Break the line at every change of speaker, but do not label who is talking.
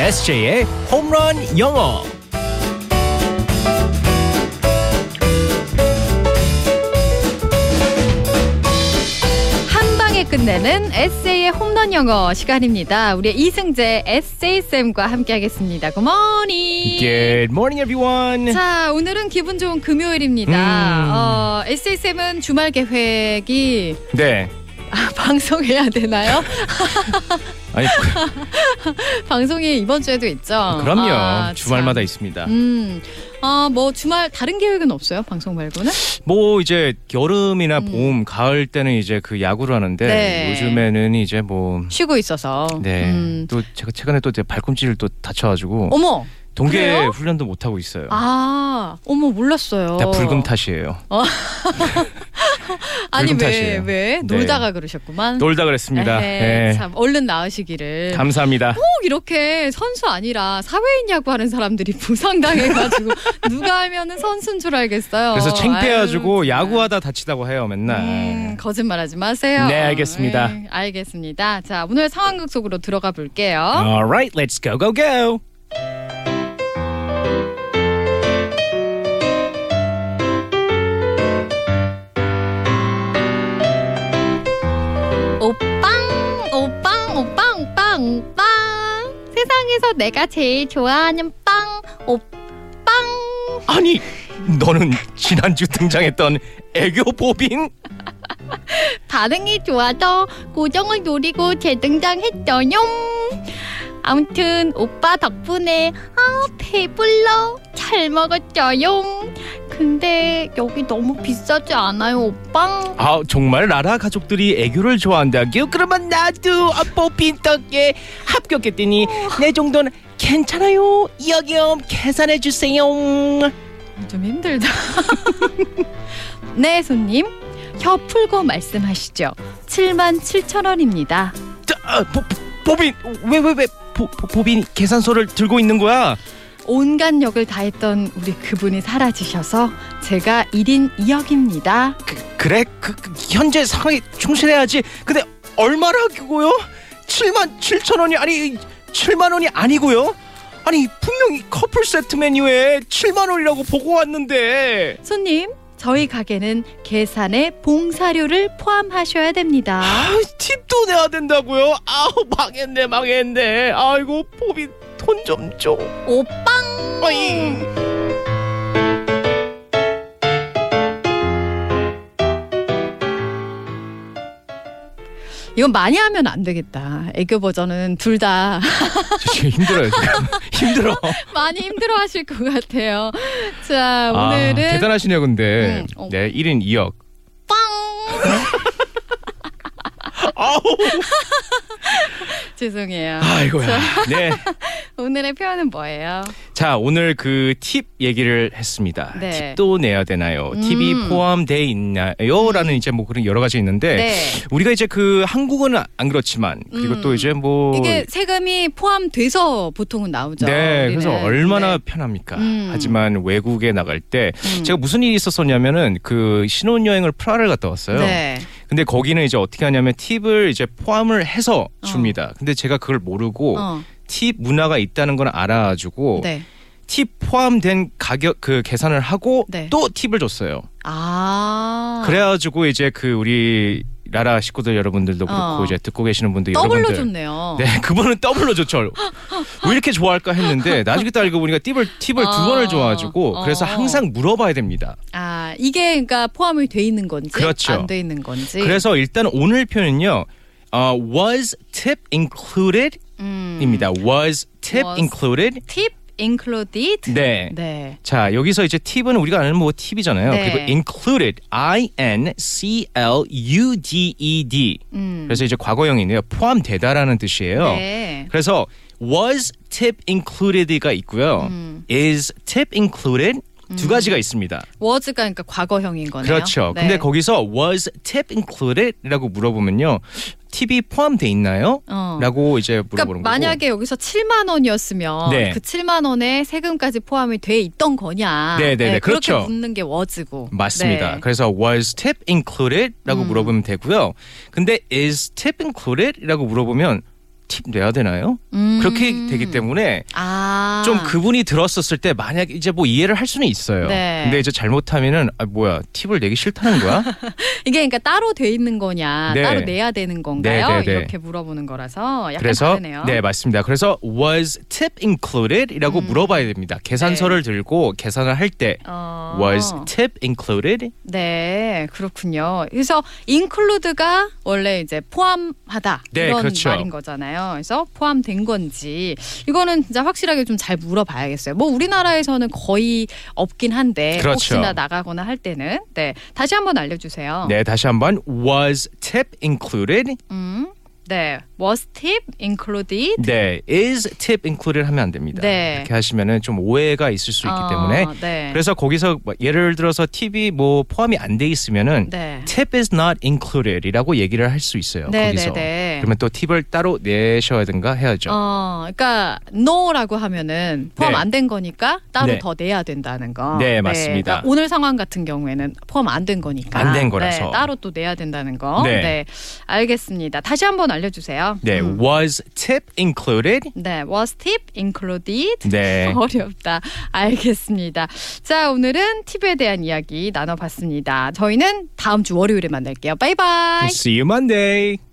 SJ의 홈런 영어.
한 방에 끝내는 에세이의 홈런 영어 시간입니다. 우리 이승재 에세이 쌤과 함께하겠습니다. 굿모닝.
Good morning, everyone.
자, 오늘은 기분 좋은 금요일입니다.
음.
어, 에세이 쌤은 주말 계획이
네.
아, 방송해야 되나요?
아니 그,
방송이 이번 주에도 있죠.
그럼요.
아,
주말마다
참.
있습니다.
음, 어, 뭐 주말 다른 계획은 없어요? 방송 말고는?
뭐 이제 여름이나
음.
봄, 가을 때는 이제 그 야구를 하는데
네.
요즘에는 이제 뭐
쉬고 있어서.
네.
음.
또 제가 최근에 또 제 발꿈치를 또 다쳐가지고
어머,
동계
그래요?
훈련도 못 하고 있어요.
아, 어머 몰랐어요. 어.
다 불금 탓이에요.
아니
붉은
왜
탓이에요.
왜
네.
놀다가 그러셨구만.
놀다 그랬습니다.
에헤,
예.
네, 참 네. 어, 얼른 나으시기를.
감사합니다.
꼭 이렇게 선수 아니라 사회인이라고 하는 사람들이 부상당해가지고 누가 하면은 선수인 줄 알겠어요.
그래서
아유,
창피해가지고
진짜.
야구하다 다치다고 해요 맨날.
음, 거짓말하지 마세요.
네, 알겠습니다.
네, 알겠습니다. 자, 오늘 상황극 속으로 들어가 볼게요.
Alright, let's go go go.
오빵, 오빵, 오빵, 오빵, 오빵. 세상에서 내가 제일 좋아하는 빵, 오빵.
아니, 너는 지난주 등장했던 애교 보빙?
반응이 좋아서 고정을 노리고 재등장했죠요. 아무튼 오빠 덕분에 아 배불러 잘 먹었죠요. 근데 여기 너무 비싸지 않아요, 오빠?
아 정말 나라 가족들이 애교를 좋아한다고? 그러면 나도 보빙 떡에 합격했더니 내 정도는 괜찮아요. 여기요 계산해 주세요.
좀 힘들다. 네, 손님. 혀 풀고 말씀하시죠. 7만 7천 원입니다.
아, 보, 보빈 왜왜왜 보, 보- 보빈이 계산서를 들고 있는 거야?
온갖 역을 다했던 우리 그분이 사라지셔서 제가 1인 2역입니다.
그래 그, 그 현재 상황에 충실해야지 근데 얼마라고요? 7만 7천 원이 아니 7만 원이 아니고요? 아니 분명히 커플 세트 메뉴에 7만 원이라고 보고 왔는데
손님, 저희 가게는 계산에 봉사료를 포함하셔야 됩니다.
아, 팁도 내야 된다고요? 아우 망했네 망했네 아이고 보비 돈 좀줘
오빵!
아이
이건 많이 하면 안 되겠다. 애교 버전은 둘 다
지금 힘들어요 지금 힘들어
많이 힘들어 하실 것 같아요. 자,
아,
오늘은
대단하시네요 근데
음, 어.
네 1인 2역
빵!
아우
죄송해요.
아이고야
그렇죠.
네
오늘의 표현은 뭐예요?
자 오늘 그 팁 얘기를 했습니다.
네.
팁도 내야 되나요?
음.
팁이 포함돼 있나요?라는 이제 뭐 그런 여러 가지 있는데 우리가 이제 그 한국어는 안 그렇지만 그리고
네. 음.
또 이제 뭐
이게 세금이 포함돼서 보통은 나오죠.
네
우리는.
그래서 얼마나
네.
편합니까?
음.
하지만 외국에 나갈 때
음.
제가 무슨 일이 있었었냐면은 그 신혼여행을 프라하를 갔다 왔어요.
네.
근데 거기는 이제 어떻게 하냐면 팁을 이제 포함을 해서
어.
줍니다. 근데 제가 그걸 모르고
어,
팁 문화가 있다는 걸 알아주고
네.
팁 포함된 가격 그 계산을 하고
네.
또 팁을 줬어요.
아.
그래가지고 이제 그 우리 라라 식구들 여러분들도 그렇고
어.
이제 듣고 계시는 분들
더블로
여러분들
줬네요.
네, 그분은 더블로 좋죠. 왜 이렇게 좋아할까 했는데 나중에 또 알고 보니까 팁을 팁을
어.
두 번을 좋아가지고 그래서
어.
항상 물어봐야 됩니다.
아 이게 그러니까 포함이 돼 있는 건지
그렇죠.
안 돼 있는 건지
그래서 일단 오늘 표현은요. 어, was tip included입니다.
음,
was tip
Was.
included.
팁 included
네.
네.
자 여기서 이제 팁은 우리가 아는 뭐 팁이잖아요.
네.
그리고 included, I N C L U D E D.
음.
그래서 이제 과거형이네요. 포함되다라는 뜻이에요.
네.
그래서 was tip included가 있고요.
음.
is tip included 두 가지가 있습니다.
was가 그러니까 과거형인 거네요.
그렇죠.
네.
근데 거기서 was tip included라고 물어보면요. 팁이 포함돼 있나요?
어.
라고 이제 물어보는
그러니까 만약에 여기서 7만 원이었으면
네.
그 7만 원에 세금까지 포함이 돼 있던 거냐?
네, 네, 네.
그렇게
그렇죠.
묻는 게 was고.
거고. 맞습니다.
네. 음.
그래서 was tip included라고 물어보면 되고요. 근데 is tip included라고 물어보면 팁 내야 되나요?
음.
그렇게 되기 때문에
아.
좀 그분이 들었었을 때 만약 이제 뭐 이해를 할 수는 있어요.
네.
근데 이제 잘못하면은 아 뭐야 팁을 내기 싫다는 거야?
이게 그러니까 따로 돼 있는 거냐,
네.
따로 내야 되는 건가요?
네, 네, 네.
이렇게 물어보는 거라서 약간
그래서
다르네요.
네 맞습니다. 그래서 was tip included이라고
음. 네.
물어봐야 됩니다. 계산서를 들고 계산을 할 때
어.
was tip included?
네, 그렇군요. 그래서 include가 원래 이제 포함하다
네,
이런
그렇죠.
말인 거잖아요. 그래서 포함된 건지 이거는 진짜 확실하게 좀 잘 물어봐야겠어요. 뭐 우리나라에서는 거의 없긴 한데
그렇죠.
혹시나 나가거나 할 때는 네 다시 한번 알려주세요.
네 다시 한번 was tip included?
음, 네, was tip included?
네 is tip included 하면 안 됩니다.
네.
이렇게 하시면은 좀 오해가 있을 수 있기
어,
때문에
네.
그래서 거기서 뭐 예를 들어서 팁이 뭐 포함이 안 돼 있으면은
네.
tip is not included이라고 얘기를 할 수 있어요.
네,
거기서
네, 네.
그러면 또 팁을 따로 내셔야든가 해야죠.
어, 그러니까 no라고 하면은 포함
네.
안 된 거니까 따로
네.
더 내야 된다는 거.
네, 맞습니다.
그러니까 오늘 상황 같은 경우에는 포함 안 된 거니까
안된 거라서.
네, 따로 또 내야 된다는 거.
네.
네, 알겠습니다. 다시 한번 알려주세요.
네
음.
was tip included?
네, was tip included?
네.
어렵다. 알겠습니다. 자, 오늘은 팁에 대한 이야기 나눠봤습니다. 저희는 다음 주 월요일에 만날게요. 바이바이.
See you Monday.